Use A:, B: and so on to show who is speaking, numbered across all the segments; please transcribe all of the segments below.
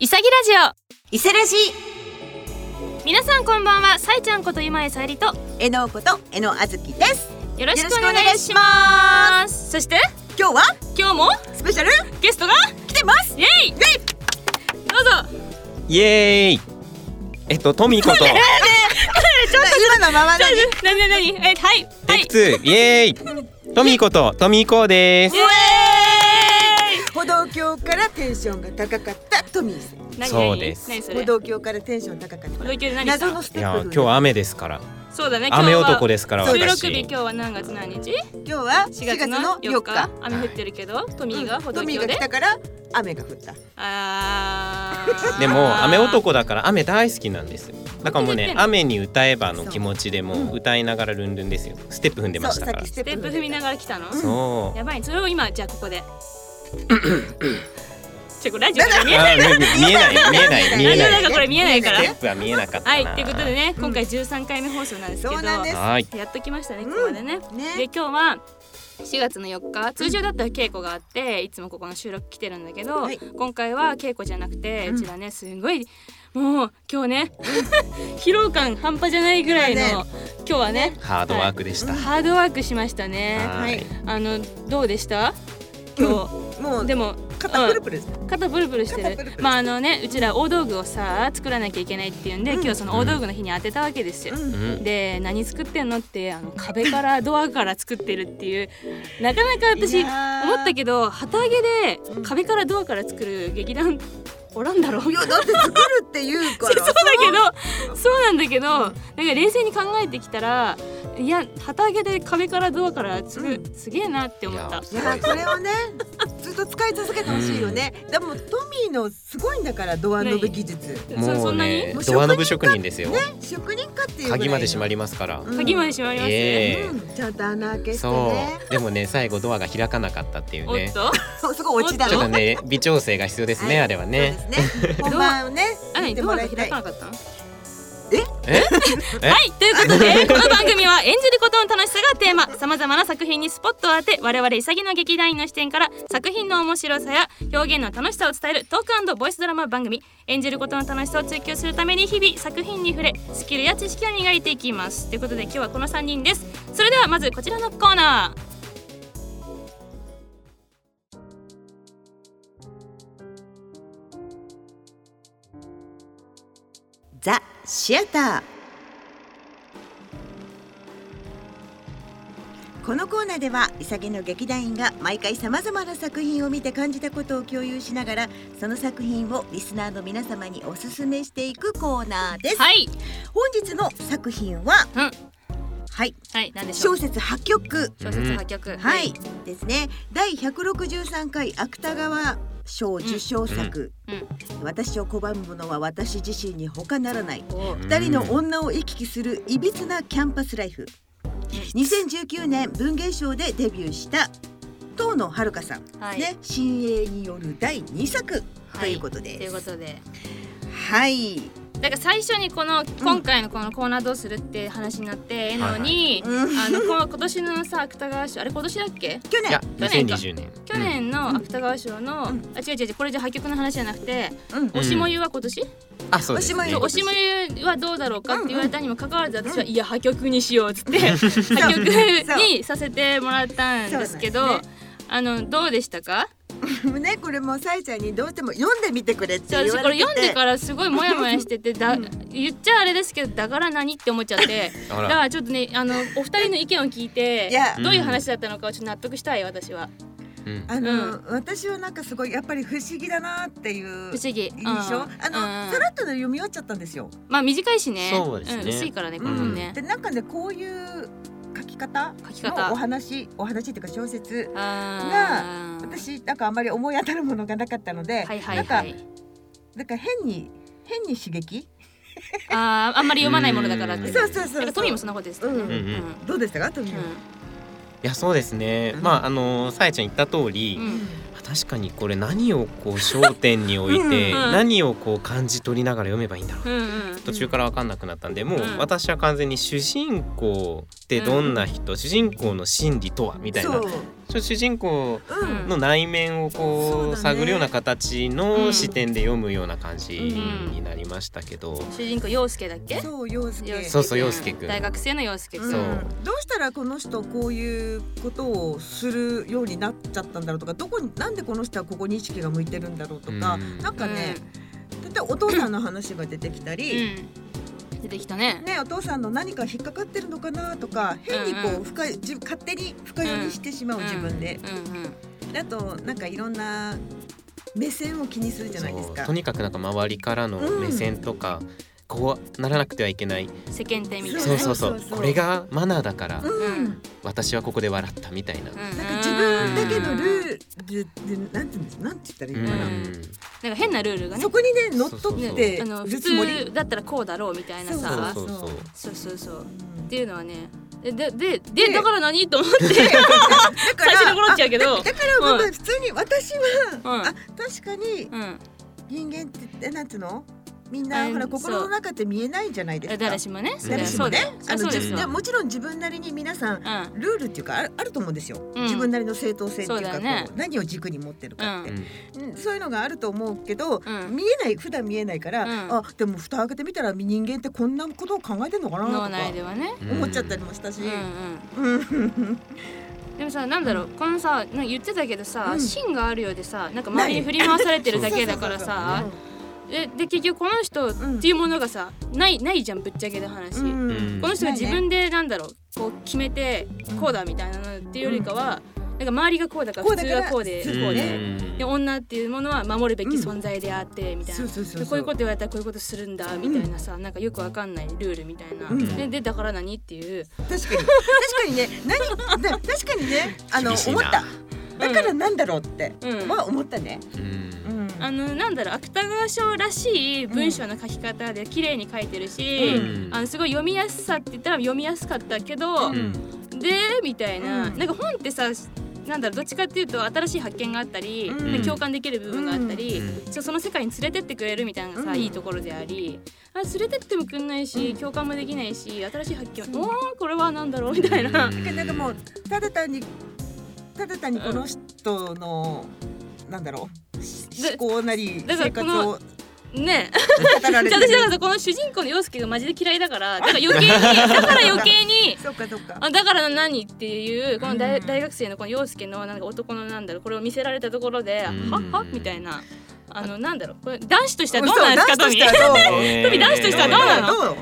A: いさぎラジ
B: 伊勢ラジ
A: オ皆さんこんばんはさいちゃんこと今江さゆりと
B: えのことえのあずきです
A: よろしくお願いし
B: よろしくお願
A: ますそして
B: 今日は
A: 今日も
B: スペシャル
A: ゲストが
B: 来てます
A: イエイどうぞ
C: イエーイえっとトミーこと
B: 今のままだね
A: なになにえはいは
C: テイ
A: い
C: ク2イエーイトミーことトミーこうで
A: イ
C: す
A: エ
B: 歩道橋からテンションが高かったトミーさん
A: ーイ何
C: そうです
A: 何何そ
B: 歩
A: れ
B: 道橋からテンション高かった
A: 歩道橋で何した
B: 謎のス
C: い
B: テッ
C: や
B: プ踏
C: 今
B: ん
C: 日
B: だ
C: 雨ですから
A: そうだね
C: 雨男ですから
A: 今日は収録日今
C: 私
A: 日は何月何日
B: 今日は
A: 4
B: 4
A: 月
B: 月
A: の
B: の
A: 4
B: 4
A: 日
B: 日
A: 雨降ってるけどトミーが歩道
B: ト
A: 橋
B: ミーが
A: で
B: 来たから雨が降った
A: あー
C: でも雨男だから雨大好きなんですだからも
A: 本当に言っ
C: う
A: て
C: ね
A: んの
C: 雨に歌えばの気持ちでもう歌いながらルンルンですよステップ踏んでまし
B: そう
C: た
B: さ
C: か
B: っ
C: ら
B: きス
A: ス
B: テ
A: テ
B: ッ
A: ッ
B: プ
A: プ踏みながら来たの
C: そ
A: やばいそれを今じゃあここ でちょこれラジオ
C: う
A: 見え
C: あ
A: ない
C: 見えない見えない見
A: ラ
C: え
A: ジ
C: な
A: オ
C: い
A: だからこれ見えないから
C: ステップは見えなかったな
A: はいということでね今回13回目放送なんですけど
B: そうなんです
C: はい
A: やっときましたねこ
B: うん
A: こまでねで
B: ね
A: 今日は4月の4日通常だったら稽古があっていつもここの収録来てるんだけど、
B: はい
A: 今回は稽古じゃなくて
B: うん
A: うちらねすごいもう今日ね 疲労感半端じゃないぐらいの、
B: ね
A: 今日はね
C: ハードワークでした
A: ハードワークしましたね
C: は
B: はい
C: い
A: あのどうでした今
B: も
A: 日
B: う
A: でも
B: 肩プルプル
A: 肩ブルブルして
B: 肩
A: る
B: ブルブル
A: まああのねうちら大道具をさ作らなきゃいけないっていうんで、
B: うん
A: 今日その大道具の日に当てたわけですよ、
B: う
C: うんん
A: で何作ってんのってあの壁からドアから作ってるっていうなかなか私
B: い
A: 思
B: やー
A: ったけど旗揚げで
B: うん
A: 壁からドアから作る劇団おらんだろうそ
B: いう
A: だ
B: やだって作るって言 うから
A: けどそうなんだけどなんか冷静に考えてきたらいや旗揚げで壁からドアから作る、すげえなって思っ
C: い
A: た
C: や
B: いやーこれをねずっと使い続けてほしいよね、でもトミーのすごいんだからドアノブ技術
A: そ
C: も
A: そ
C: うん
A: なに、
C: ねドアノブ職人ですよ
B: 職人かっていうぐらい
C: 鍵まで閉ま
B: り
C: りますから
B: うん
A: 鍵まで閉まります、
C: え
B: うん、ちゃんと穴開けして
C: そ
B: ね
C: うでもね最後ドアが開かなかったっていう
A: お
C: ね
A: っ
C: ち
A: と
B: そうそこ落ちだ
A: ち
C: ょっ
B: ろ
C: とね微調整が必要ですね、あれはね
B: そうですね本番をね
A: あ
B: 見
A: 何
B: て
A: ド
B: も
A: ア
B: ら
A: が
B: いた
A: 開
B: い
A: かなかったの
C: ええ
A: はい、ということで、この番組は演じることの楽しさがテーマ。さまざまな作品にスポットを当て、我々潔の劇団員の視点から作品の面白さや表現の楽しさを伝えるトークボイスドラマ番組。演じることの楽しさを追求するために日々作品に触れ、スキルや知識を磨いていきます。ということで、今日はこの3人です。それではまずこちらのコーナー。
B: ザ・シアターこのコーナーでは潔の劇団員が毎回さまざまな作品を見て感じたことを共有しながらその作品をリスナーの皆様におすすめしていくコーナーです、
A: はい、
B: 本日の作品は、
A: うん
B: はい
A: はい、なんでしょ
B: 小
A: う。
B: 説8曲
A: 小説破局。
B: はい、。ですね第163回芥川賞受賞作、
A: うんうん
B: 私を拒む者は私自身に他ならない
A: お
C: うん
B: 二人の女を行き来するいびつなキャンパスライフ2019年文芸賞でデビューした遠野遥さん、
A: はい
B: ね新鋭による第2作ということ
A: とい
B: で
A: う
B: す。
A: ことで。
B: はい、
A: だから最初にこの今回のこのコーナーどうするって話になってえのに、
B: はいはい
A: あのこ今年のさ芥川賞あれ今年だっけ
B: 去
C: い
B: 年
C: や、2020年
A: 去年の芥川賞の、あ違う違う違うこれじゃ破局の話じゃなくて、
B: うん
A: おしもゆは今年、
C: うんあそうで
B: おし
C: すね
B: まい
A: そうおしもゆはどうだろうかって言われたにもかかわらず私は、いや破局にしようっつって 破局にさせてもらったんですけど
B: そうなんで
A: あのどうでしたか
B: ねこれもさえちゃんにどうしても読んでみてくれって
A: そう
B: 言
A: 私
B: わ
A: こ
B: れ
A: れ
B: てて
A: 読んでからすごいモヤモヤしててだ言っちゃあれですけどだから何って思っちゃってだ
C: あ
A: かららちょっとねあのお二人の意見を聞いて
B: いや
A: どういう話だったのかをちょっと納得したい私は
C: うん
B: あの、
A: う
B: 私はなんかすごいやっぱり不思議だなっていう
A: 不思議
B: いいでしょ、
A: うん
B: あの、
A: うん
B: さらっとね読み終わっちゃったんですよ、
A: まあ短いしね
C: そうですね
A: ん薄いからねこ
B: う
A: の
B: ん
A: 本ね
B: でなんかねこういう書き方
A: 書き
B: のお
A: 方
B: 話お話っていうか小説
A: あー
B: 私なんかあんまり思い当たるものがなかったので、
A: はいは
B: ないんか
A: はい
B: なんか変に変に刺激、
A: あーあんまり読まないものだからって
C: うん
B: そうそうそう
A: な
B: そ
A: ん
B: う
A: かトミーもそんなことですよね
B: うん
C: うんうん
A: うん
B: どうでしたかトミー
A: う
B: は
A: ん
C: いやそうですね
B: うん
C: まああのさえちゃん言った通り
A: うん
C: 芥確かにこれ何をこう焦点に置いて
A: うんうん
C: 何をこう感じ取りながら読めばいいんだろう
A: うんうん
C: 途中から分かんなくなったんでもう
A: うん
C: 私は完全に主人公ってどんな人、主人公の心理とはみたい
B: そう
C: なちょ主人公
B: うん
C: の内面を
B: そうだ
C: こ
B: ね
C: う探るような形
A: うん
C: の視点で読むような感じ
A: うん
C: になりましたけど、
A: 主人公陽介だっけ
B: そう陽介
A: 陽介
C: そうそう陽介くん
A: 大学生の陽介くん
B: ん
C: そう
B: どうしたらこの人こういうことをするようになっちゃったんだろうとかどこになんでこの人はここに意識が向いてるんだろうとか、
C: うん
B: なんかね、例えばお父さんの話が出てきた
A: う
B: り、
A: んうん出てきたね
B: ね、お父さんの何か引っかかってるのかなとか変に
A: うん
B: こ
A: うん
B: う深い自分勝手に深読みしてしまう自分で、
A: うんうん
B: あとなんかいろんな目線を気にするじゃないです
C: そう
B: か
C: と。にかくなんか周りからの目線とか、こうならなくてはいけない、
A: 世間体みたいな
C: そ
A: ね
C: うそうそう
B: そうそうそう
C: これがマナーだから、
B: うん
A: うん
C: 私はここで笑ったみたいな。
A: うん
B: なんか自分だけのル
A: ル
B: ールってなんて言うんですなんて言ったらいいのかな、
C: うん
A: なんか変なルールがね
B: そこにね乗っ取
C: に
B: っ
A: ね
B: て
A: あの
B: る
A: 普
B: つもり
A: 通だったらこうだろうみたいな
B: そう
A: さ
B: そうそう
A: そうそうそう
B: うん
A: っていうのはねえででで
B: で
A: だから何と思って最初
B: だから
A: に戻っちゃうけど
B: あだからまあまあ
A: うん
B: 普通に私は、
A: うん
B: あ確かに
A: うん
B: 人間ってなんていうのみん
A: あ
B: なほら
A: そう
B: 心の中って見えないじゃないですか。
A: 誰しもねそりゃ
B: 誰しもね
A: そうだ
B: あ
A: よ
B: の
A: そうで
B: 自
A: す
B: 分
A: よ
B: でもちろん自分なりに皆さん
A: うん
B: ルールっていうかあるあると思うんですよ、
A: うん
B: 自分なりの正当性っていう
A: そうだ
B: か
A: よね
B: こう何を軸に持ってるかって、
C: うん
B: うんそういうのがあると思うけど、
A: うん
B: 見えない普段見えないから、
A: うん
B: あでも蓋開けてみたら人間ってこんなことを考えてんのかなと
A: 脳
B: か
A: 内ではね
B: 思っちゃったりもしたし、
A: うんうん
B: うん、
A: でもさなんだろうこのさなんか言ってたけどさ、
B: うん
A: 芯があるようでさなんか周りに振り回されてるだけだからさでで結局この人っていうものがさ、ないないじゃんぶっちゃけの話、
B: うん
C: うん
A: この人が
B: ない
A: 自
B: ね
A: 分でなんだろうこう決めてこうだみたいなのっていうよりかは、なんか周りがこうだから
B: こう
A: 普
B: だ
A: 通
B: から
A: はこうで
B: 普通
A: こうで,、
C: うん
A: で女っていうものは守るべき存在であってみたいな、
B: そうそうそう
A: でこういうこと言われたらこういうことするんだみたいなさ、なんかよくわかんないルールみたいな、
B: うん
A: ででだから何っていう
B: 確かに確かにね何な確かにねあの
C: 厳しい
B: 思っ
C: な
B: ただからなんだろうって、
A: うん
B: は思ったね、
C: うん
B: うん
A: あのなんだろう芥川賞らしい文章の書き方で綺麗に書いてるし、
C: うん
A: あのすごい読みやすさって言ったら読みやすかったけど、
C: うん
A: でみたいな、
B: うん
A: なんか本ってさなんだろうどっちかっていうと新しい発見があったり、
B: うん
A: なんか共感できる部分があったり、
C: う
A: そうその世界に連れてってくれるみたいなのがさ、
B: うん
A: いいところでありあ連れてってもくんないし、共感もできないし新しい発見、
B: うん
A: おーこれはなんだろうみたいな。
B: だからなんかもうただ単にただ単にこの人の、なんだろう
A: で
B: 思考なり
A: だから
B: 生
A: こ
B: 活
A: の
B: を語
A: ね
B: られ
A: じ
B: て
A: ゃあ私だから
B: る
A: さこの主人公の陽介がマジで嫌いだ からだから余計にだから余計に
B: そうかそうか
A: あだから何っていうこの大,、
B: うん
A: 大学生のこの陽介のなんか男のなんだろうこれを見せられたところで、
C: うん
A: ははみたいなあのなんだろうこれ男子としてはど
B: そう
A: なん
B: う
A: ですか
B: 男
A: ト
B: 子と
A: ミ
B: して
A: ー
B: はどう
C: えー
A: トミー男子としてはどうなの
B: どう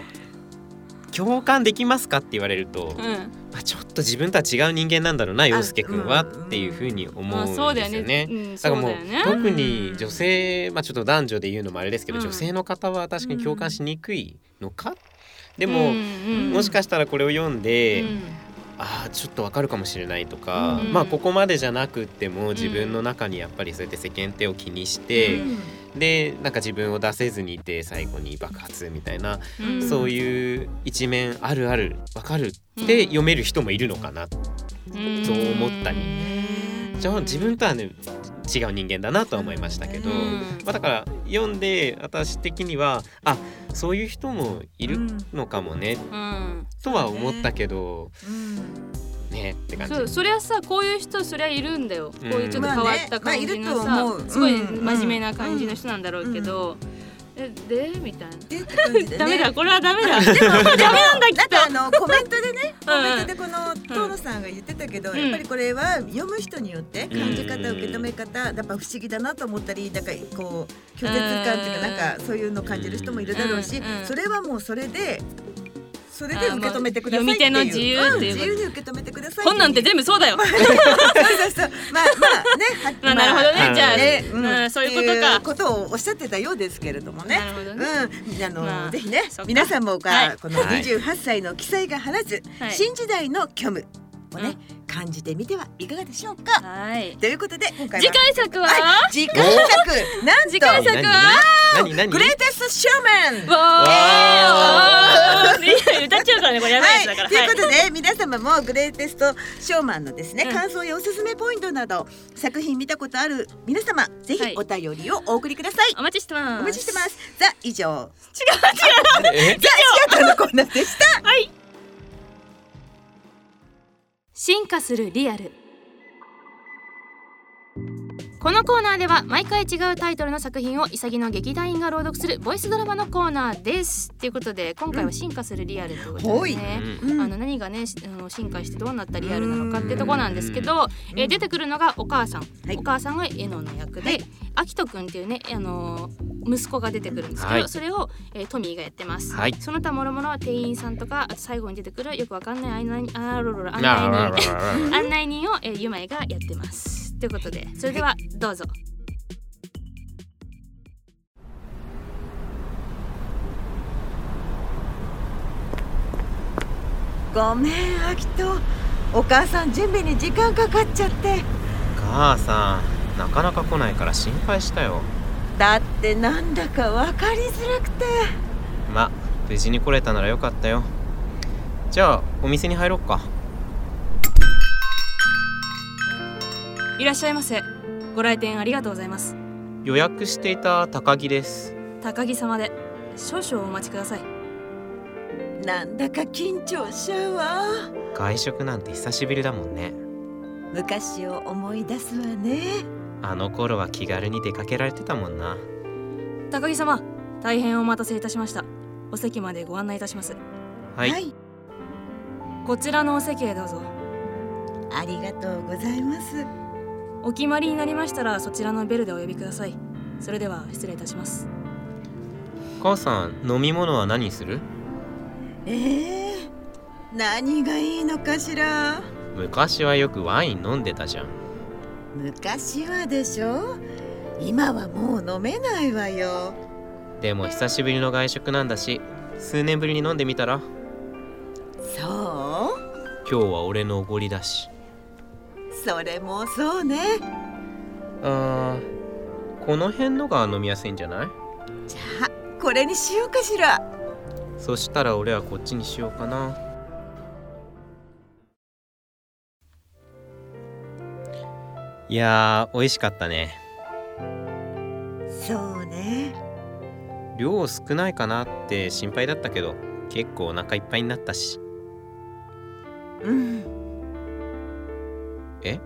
C: 共感できますかって言われると、
A: う
C: ま
A: ん
C: あ、ちょっと自分とは違う人間なんだろうな陽介君はっていうふうに思うん
A: まあ
C: です
A: そ
C: よ
A: うだよね
C: ね。
A: うん
C: だ
A: そ
C: か
A: う
C: らもう
A: だよね
C: 特に女性、まあ、ちょっと男女で言うのもあれですけど、
A: うん
C: 女性の方は確かに共感しにくいのか、で
A: う
C: も、
A: ん
C: もしかしたらこれを読んで、
A: うん
C: ああちょっとわかるかもしれないとか、
A: うん
C: まあここまでじゃなくても自分の中にやっぱりそうやって世間体を気にして、でなんか自分を出せずにいて最後に爆発みたいな、
A: うん
C: そういう一面あるあるわかるって読める人もいるのかな、
A: うん
C: そう思ったり
A: うん
C: じゃあ自分とはね違う人間だなとは思いましたけど、
A: うん
C: まあ、だから読んで私的にはあそういう人もいるのかもね、
A: うん
C: とは思ったけど
B: うん
C: ねって感じ。
A: そうそりゃさこういう人そりゃいるんだよ、
C: うん
A: こういうちょっと変わった感じのさ、
B: まあねまあいると思う
A: すごい
B: うん
A: 真面目な感じの人なんだろうけど、えでみたいな、
B: でって感じでね
A: ダメだこれはダメだ
B: でもダメ
A: なんだきっと
B: なんかあのコメントでね、
A: うん
B: コメントでこのトロさんが言ってたけど、
A: うん
B: やっぱりこれは読む人によって感じ方、受け止め方、やっぱ不思議だなと思ったり、なんかこう拒絶感っていうか
A: うん
B: なんかそういうのを感じる人もいるだろうし
A: うんうん、
B: それはもうそれで。それで受け止めてくださいっていう。
A: あまあ読み手の自由っていう
B: うん自由に受け止めてください。
A: こんなんて全部そうだよ、
B: 部。そうそうそう。まあまあね。は
A: まあ、なるほどね、
C: まあ
A: じゃあ、
B: ね
A: うんそういうこと
B: って
A: か
B: いうことをおっしゃってたようですけれどもね。
A: なるほどね
B: うん、あの、
A: まあ
B: ぜひね
A: そっか
B: 皆さんもが、
A: はい
B: この
C: はい
B: 28歳の記載が放つ、
A: はい
B: 新時代の虚無をね、感じてみてはいかがでしょうか
A: はい。
B: ということで今回は
A: 次回作は、
B: はい次回作なんと
A: 次回作
C: 何
A: は
C: 何何何
B: グレーテストショーマン
A: わーおー歌っちゃうからねこれやばいやつだから。
B: ということで、皆様もグレイテストショーマンのですね、
A: うん
B: 感想やおすすめポイントなど作品見たことある皆様ぜ
A: はい
B: ひお便りをお送りください、
A: お待ちしてます。
B: お待ちしてますザ以上
C: え
B: ザシアターのコーナーでした
A: はい。進化するリアル。このコーナーでは毎回違うタイトルの作品を潔の劇団員が朗読するボイスドラマのコーナーです。ということで今回は進化するリアルということです
C: う
A: ね。
C: ん
B: うん
A: あの何がねしあの進化してどうなったリアルなのかってとこなんですけど、
B: うん
A: えー出てくるのがお母さん、
B: はい
A: お母さんがエノの役で、
B: は
A: アキトくんっていうねあのー息子が出てくるんですけど、
C: はい
A: それを、えートミーがやってます、
C: はい
A: その他諸々は店員さんとかあと最後に出てくるよくわかんない案内人あろろろ案
C: なあ
A: 内
C: らららら
A: 人案内人を、えー、ゆまいがやってますということでそれではどうぞ、
B: ごめんアキトお母さん準備に時間かかっちゃって
C: 母さんなかなか来ないから心配したよ
B: だってなんだか分かりづらくて
C: まあ無事に来れたならよかったよじゃあお店に入ろっか
A: いらっしゃいませご来店ありがとうございます
C: 予約していた高木です
A: 高木様で少々お待ちください
B: なんだか緊張しちゃうわ
C: 外食なんて久しぶりだもんね
B: 昔を思い出すわね
C: あの頃は気軽に出かけられてたもんな
A: 高木様大変お待たせいたしましたお席までご案内いたします
C: はい、
B: はい、
A: こちらのお席へどうぞ
B: ありがとうございます
A: お決まりになりましたらそちらのベルでお呼びくださいそれでは失礼いたします
C: 母さん飲み物は何する
B: ええ何がいいのかしら
C: 昔はよくワイン飲んでたじゃん
B: 昔はでしょ今はもう飲めないわよ
C: でも久しぶりの外食なんだし数年ぶりに飲んでみたら
B: そ
C: 今日は俺のおごりだし
B: うそれもそうね
C: あーこの辺のが飲みやすいんじゃない
B: じゃあこれにしようかしら
C: そしたら俺はこっちにしようかな「いやー美味しかったね
B: そうね
C: 量少ないかなって心配だったけど結構お腹いっぱいになったし
B: うん
C: え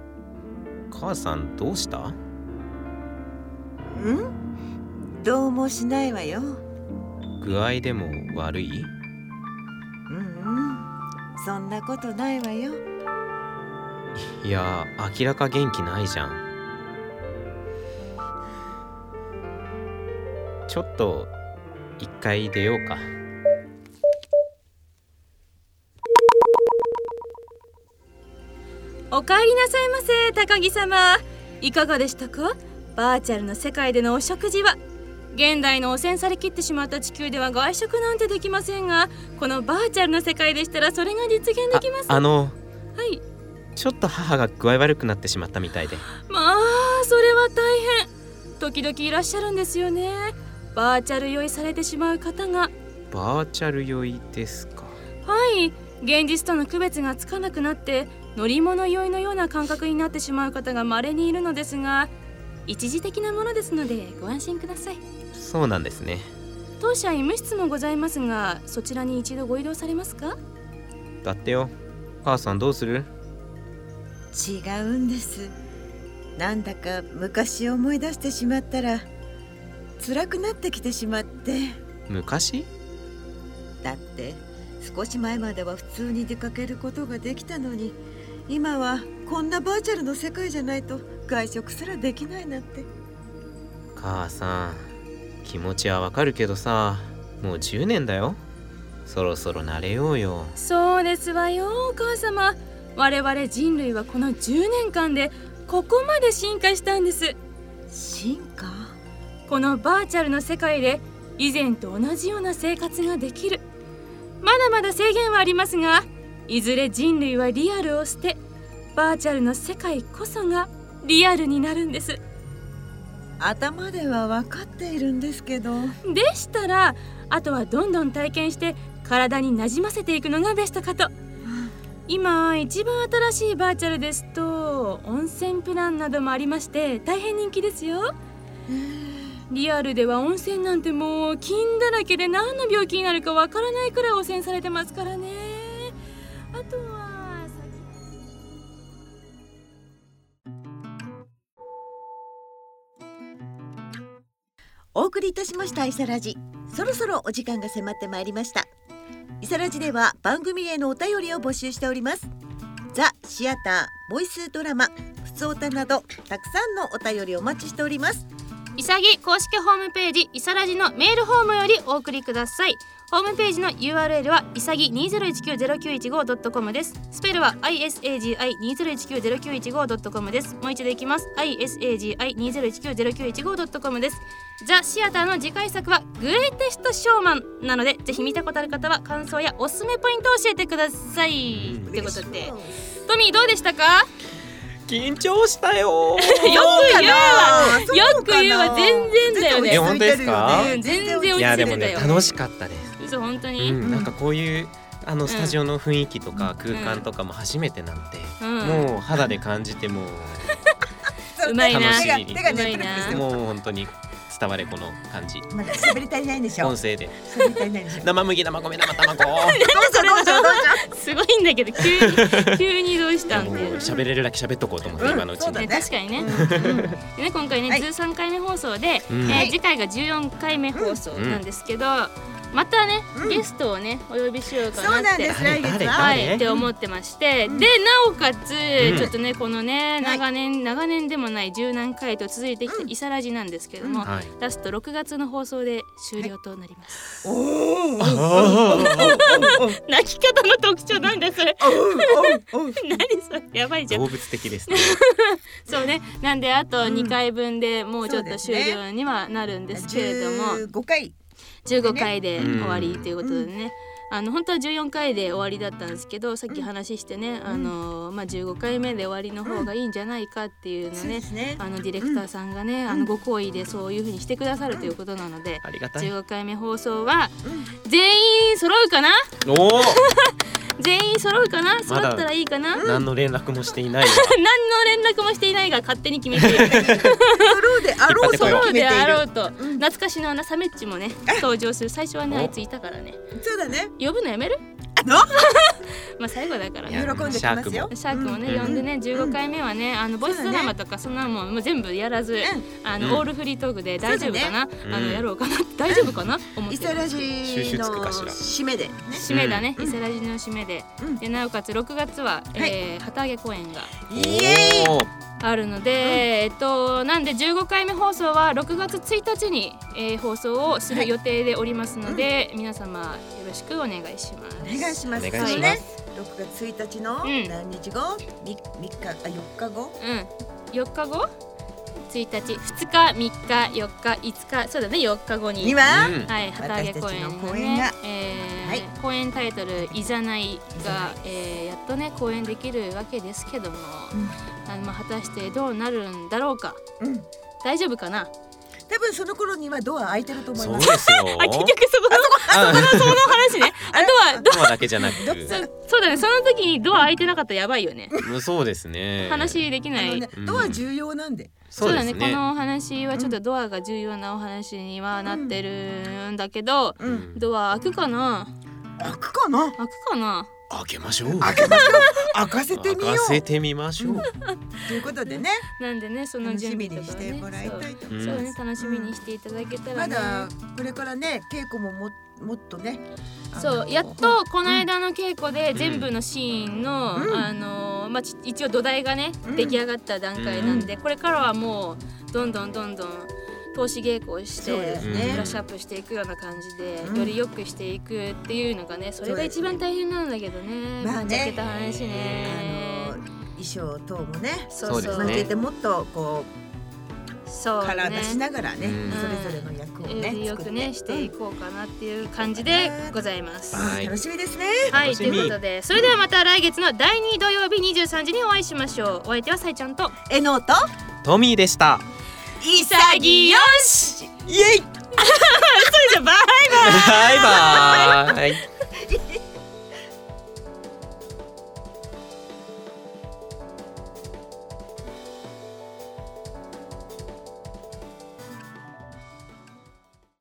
C: 母さんどうした
B: うんどうもしないわよ
C: 具合でも悪い
B: うんうんそんなことないわよ
C: いやー明らか元気ないじゃんちょっと一回出ようか
A: お帰りなさいませ高木様いかがでしたかバーチャルの世界でのお食事は現代の汚染されきってしまった地球では外食なんてできませんがこのバーチャルの世界でしたらそれが実現できますは
C: あの
A: い
C: ちょっと母が具合悪くなってしまったみたいで
A: まあそれは大変時々いらっしゃるんですよねバーチャル酔いされてしまう方が
C: バーチャル酔いですか
A: はい現実との区別がつかなくなって乗り物酔いのような感覚になってしまう方が稀にいるのですが一時的なものですのでご安心ください
C: そうなんですね
A: 当社医務室もございますがそちらに一度ご移動されますか
C: だってよ母さんどうする
B: 違うんですなんだか昔を思い出してしまったら辛くなってきてしまって
C: 昔
B: だって少し前までは普通に出かけることができたのに今はこんなバーチャルの世界じゃないと外食すらできないなんて
C: 母さん気持ちはわかるけどさもう10年だよそろそろ慣れようよ
A: そうですわよお母様我々人類はこの10年間でここまで進化したんです
B: 進化
A: このバーチャルの世界で以前と同じような生活ができるまだまだ制限はありますがいずれ人類はリアルを捨てバーチャルの世界こそがリアルになるんです
B: 頭では分かっているんですけど
A: でしたらあとはどんどん体験して体になじませていくのがベストかと今一番新しいバーチャルですと温泉プランなどもありまして大変人気ですよリアルでは温泉なんてもう菌だらけで何の病気になるかわからないくらい汚染されてますからねあとは
B: お送りいたしましたイサラジそろそろお時間が迫ってまいりましたイサラジでは番組へのお便りを募集しておりますザ・シアター、ボイスドラマ、普通歌などたくさんのお便りお待ちしております
A: いさぎ公式ホームページいさらじのメールフォームよりお送りくださいホームページの URL はいさぎ 2019-0915.com ですスペルは isagi2019-0915.com ですもう一度いきます isagi2019-0915.com ですザ・シアターの次回作はグレイテストショーマンなのでぜひ見たことある方は感想やおすすめポイントを教えてください
C: うん
A: ということでトミーどうでしたか
C: 緊張したよー
A: よく言うわよく言う
B: そうかな
A: わ全然だよね
C: え本当ですか
A: うん全然落ち着いてたよ
C: いやでもね楽しかったです
A: 嘘本当に、
C: うん、なんかこういうあの
A: ん
C: スタジオの雰囲気とか空間とかも初めてなので、
A: うん
C: もう肌で感じてもう
A: うまいな
C: 楽しみに
B: 手が手がね
A: うまいな
B: プルプルして
C: もう本当に伝われこの感じ
B: まだ喋り足りないんでしょ
C: 音声で
B: 喋り足りないんでしょどう
C: 生麦生米生卵
B: ぞどうぞどうぞ
A: すごいんだけど急に 急にどうし
C: いや
A: たん
C: もう
A: だよね
C: 喋れるだけ喋っとこうと思って、
B: うん
C: 今のうち
B: そうだ
C: に
B: ね
A: 確かにね,、
B: うん
A: でね今回ね、
B: はい
A: 13回目放送で、
C: うん
A: えー次回が14回目放送なんですけど、またね、
B: うん
A: ゲストをねお呼びしようか
B: そう
A: な
B: な
A: っ
B: ん
A: て
B: です来月
C: 誰
B: は
A: は
C: 誰
A: い、って思ってまして、
B: ん
A: でなおかつ、
C: ん
A: ちょっとねこのね
B: はい
A: 長年、長年でもない十何回と続いてきた「いさらじ」なんですけども、
C: はい
A: ラスト6月の放送で終了となります、
B: おおお
A: 泣き方の特徴なんだそれ
B: おお お
A: 何それやば いじゃん
C: 動物的ですね
A: そうねなんであと
B: ん
A: 2回分でもうちょっと終
B: そうです
A: 了にはなるんですけれども、
B: 15回
A: 15回で
C: うん
A: 終わりということでね、あの本当は14回で終わりだったんですけどさっき話してね、あのまあ、15回目で終わりの方がいいんじゃないかっていうの
B: そう
A: ね、
B: ですね
A: あのディレクターさんがね、あのご好意でそういうふうにしてくださるということなので、
C: ありがたい
A: 15回目放送は全員揃うかな
C: おお
A: 全員揃うかな揃
C: まだ
A: ったらいいかな、
C: 何の連絡もしていない
A: 何の連絡もしていないが勝手に決めている
B: ソロであろうと
A: そ
B: 決
A: うで
B: めて
A: あ
B: い
A: ろう
B: る
A: と、懐かしのあのサメッチもね登場する最初はねあいついたからね
B: そうだね
A: 呼ぶのやめる
B: あの
A: まあ最後だから
C: いや
A: ね
B: 喜んできますよ
A: シャークもね、
C: うん
A: 呼んでね15回目はねあのボイスドラマとかそんなもんもう全部やらず、あの、
C: うん
A: オールフリートークで大丈夫かな、
C: ね
A: あの
C: うん
A: やろうかな 大丈夫かな思っ
B: イ
A: て
B: サ
A: る
B: ラジの締めでね
A: 締めだね、
B: うん
A: 伊勢ラジの締めで,、
B: うん
A: でなおかつ6月は、
B: い
A: えー旗揚げ公演が
B: イエ
C: おー
A: あるので、えっとなんで15回目放送は6月1日に、えー放送をする予定でおりますので、皆様よろしくお願いします。
B: イお願いします
C: お願いし
A: ま
B: 6月1日の
A: うん
B: 何日後み三日あ4日後
A: うん、4日後1日2日3日4日5日そうだね4日後に
B: には
C: うん
A: はい旗揚げ公演
B: 私たちの
A: の
B: 公
A: ね
B: 演が
A: えー
B: はい
A: 公演タイトル「いざない
B: いざ
A: が
B: な」
A: えーやっとね公演できるわけですけども、あのまあ果たしてどうなるんだろうか
B: うん
A: 大丈夫かな
B: 多分その頃にはドア開いてると思い
C: そう
B: ま
C: ですすよ
A: あ結局そこの
C: あ
A: その話ねあとはど
C: ドアだけじゃなく
A: そそうだねその時にドア開いてなかったらやばいよね
C: うんそうですね
A: 話できな
B: あの
A: い
B: ねドア重要なんで
A: そ
C: そうう
A: だ
C: で
A: ね
C: す
A: こ
C: ね
A: のお話はちょっとドアが重要なお話にはなってるんだけど、
B: う
C: うんん
A: ドア開くかな
B: 開くかな
A: 開くかな
C: 開けましょう
B: 開けましょう開かせてみよ
C: 開かせ
B: う
C: てみましょう
B: ということでね
A: なんでねその
B: 楽
A: 準
B: し
A: 備
B: み
A: と
B: に
A: か
B: し
A: は
B: て
A: ね
B: もらいたいと
C: う
B: 思
C: ん
B: い
A: そうそう
B: ま
A: ね
B: す
A: 楽しみにしていただけたら
B: ま
A: ね、
B: だこれからね稽古もももっとねあの
A: そうやっとこの間の稽古で全部のシーンの、
B: うん
A: あのまあち一応土台がね、
B: うん
A: 出来上がった段階なんで、これからはもうどんどんどんどん投資稽古をし
B: そうで
A: て
B: す
C: ね
A: ブラッシュアップしていくような感じで、
B: うん
A: より良くしていくっていうのがねそれが一番大変なんだけどね
B: まあね
A: ぶっちゃけた話
B: あ
A: ね
B: の衣装等もね
A: そう
C: そうです
A: そう
C: ね
B: 負けてもっとこう
A: そう
B: から
A: ね
B: 出しながらね
C: うん
B: それぞれの役を
A: え
B: ね、
A: ーよ
B: 作っ
A: く
B: て
A: ねしていこうかなっていう感じでございます。
B: うん
C: はい
B: 楽しみですね
A: はい、
C: 楽
A: と
C: し
A: い
C: み
A: うことで、それではまた来月の第2土曜日23時にお会いしましょう。お相手はさいちゃんと、
B: えのと
C: トミーでした
A: 潔
B: しイエ
A: それ
B: イ
A: じゃバイバイ
C: バイバーイ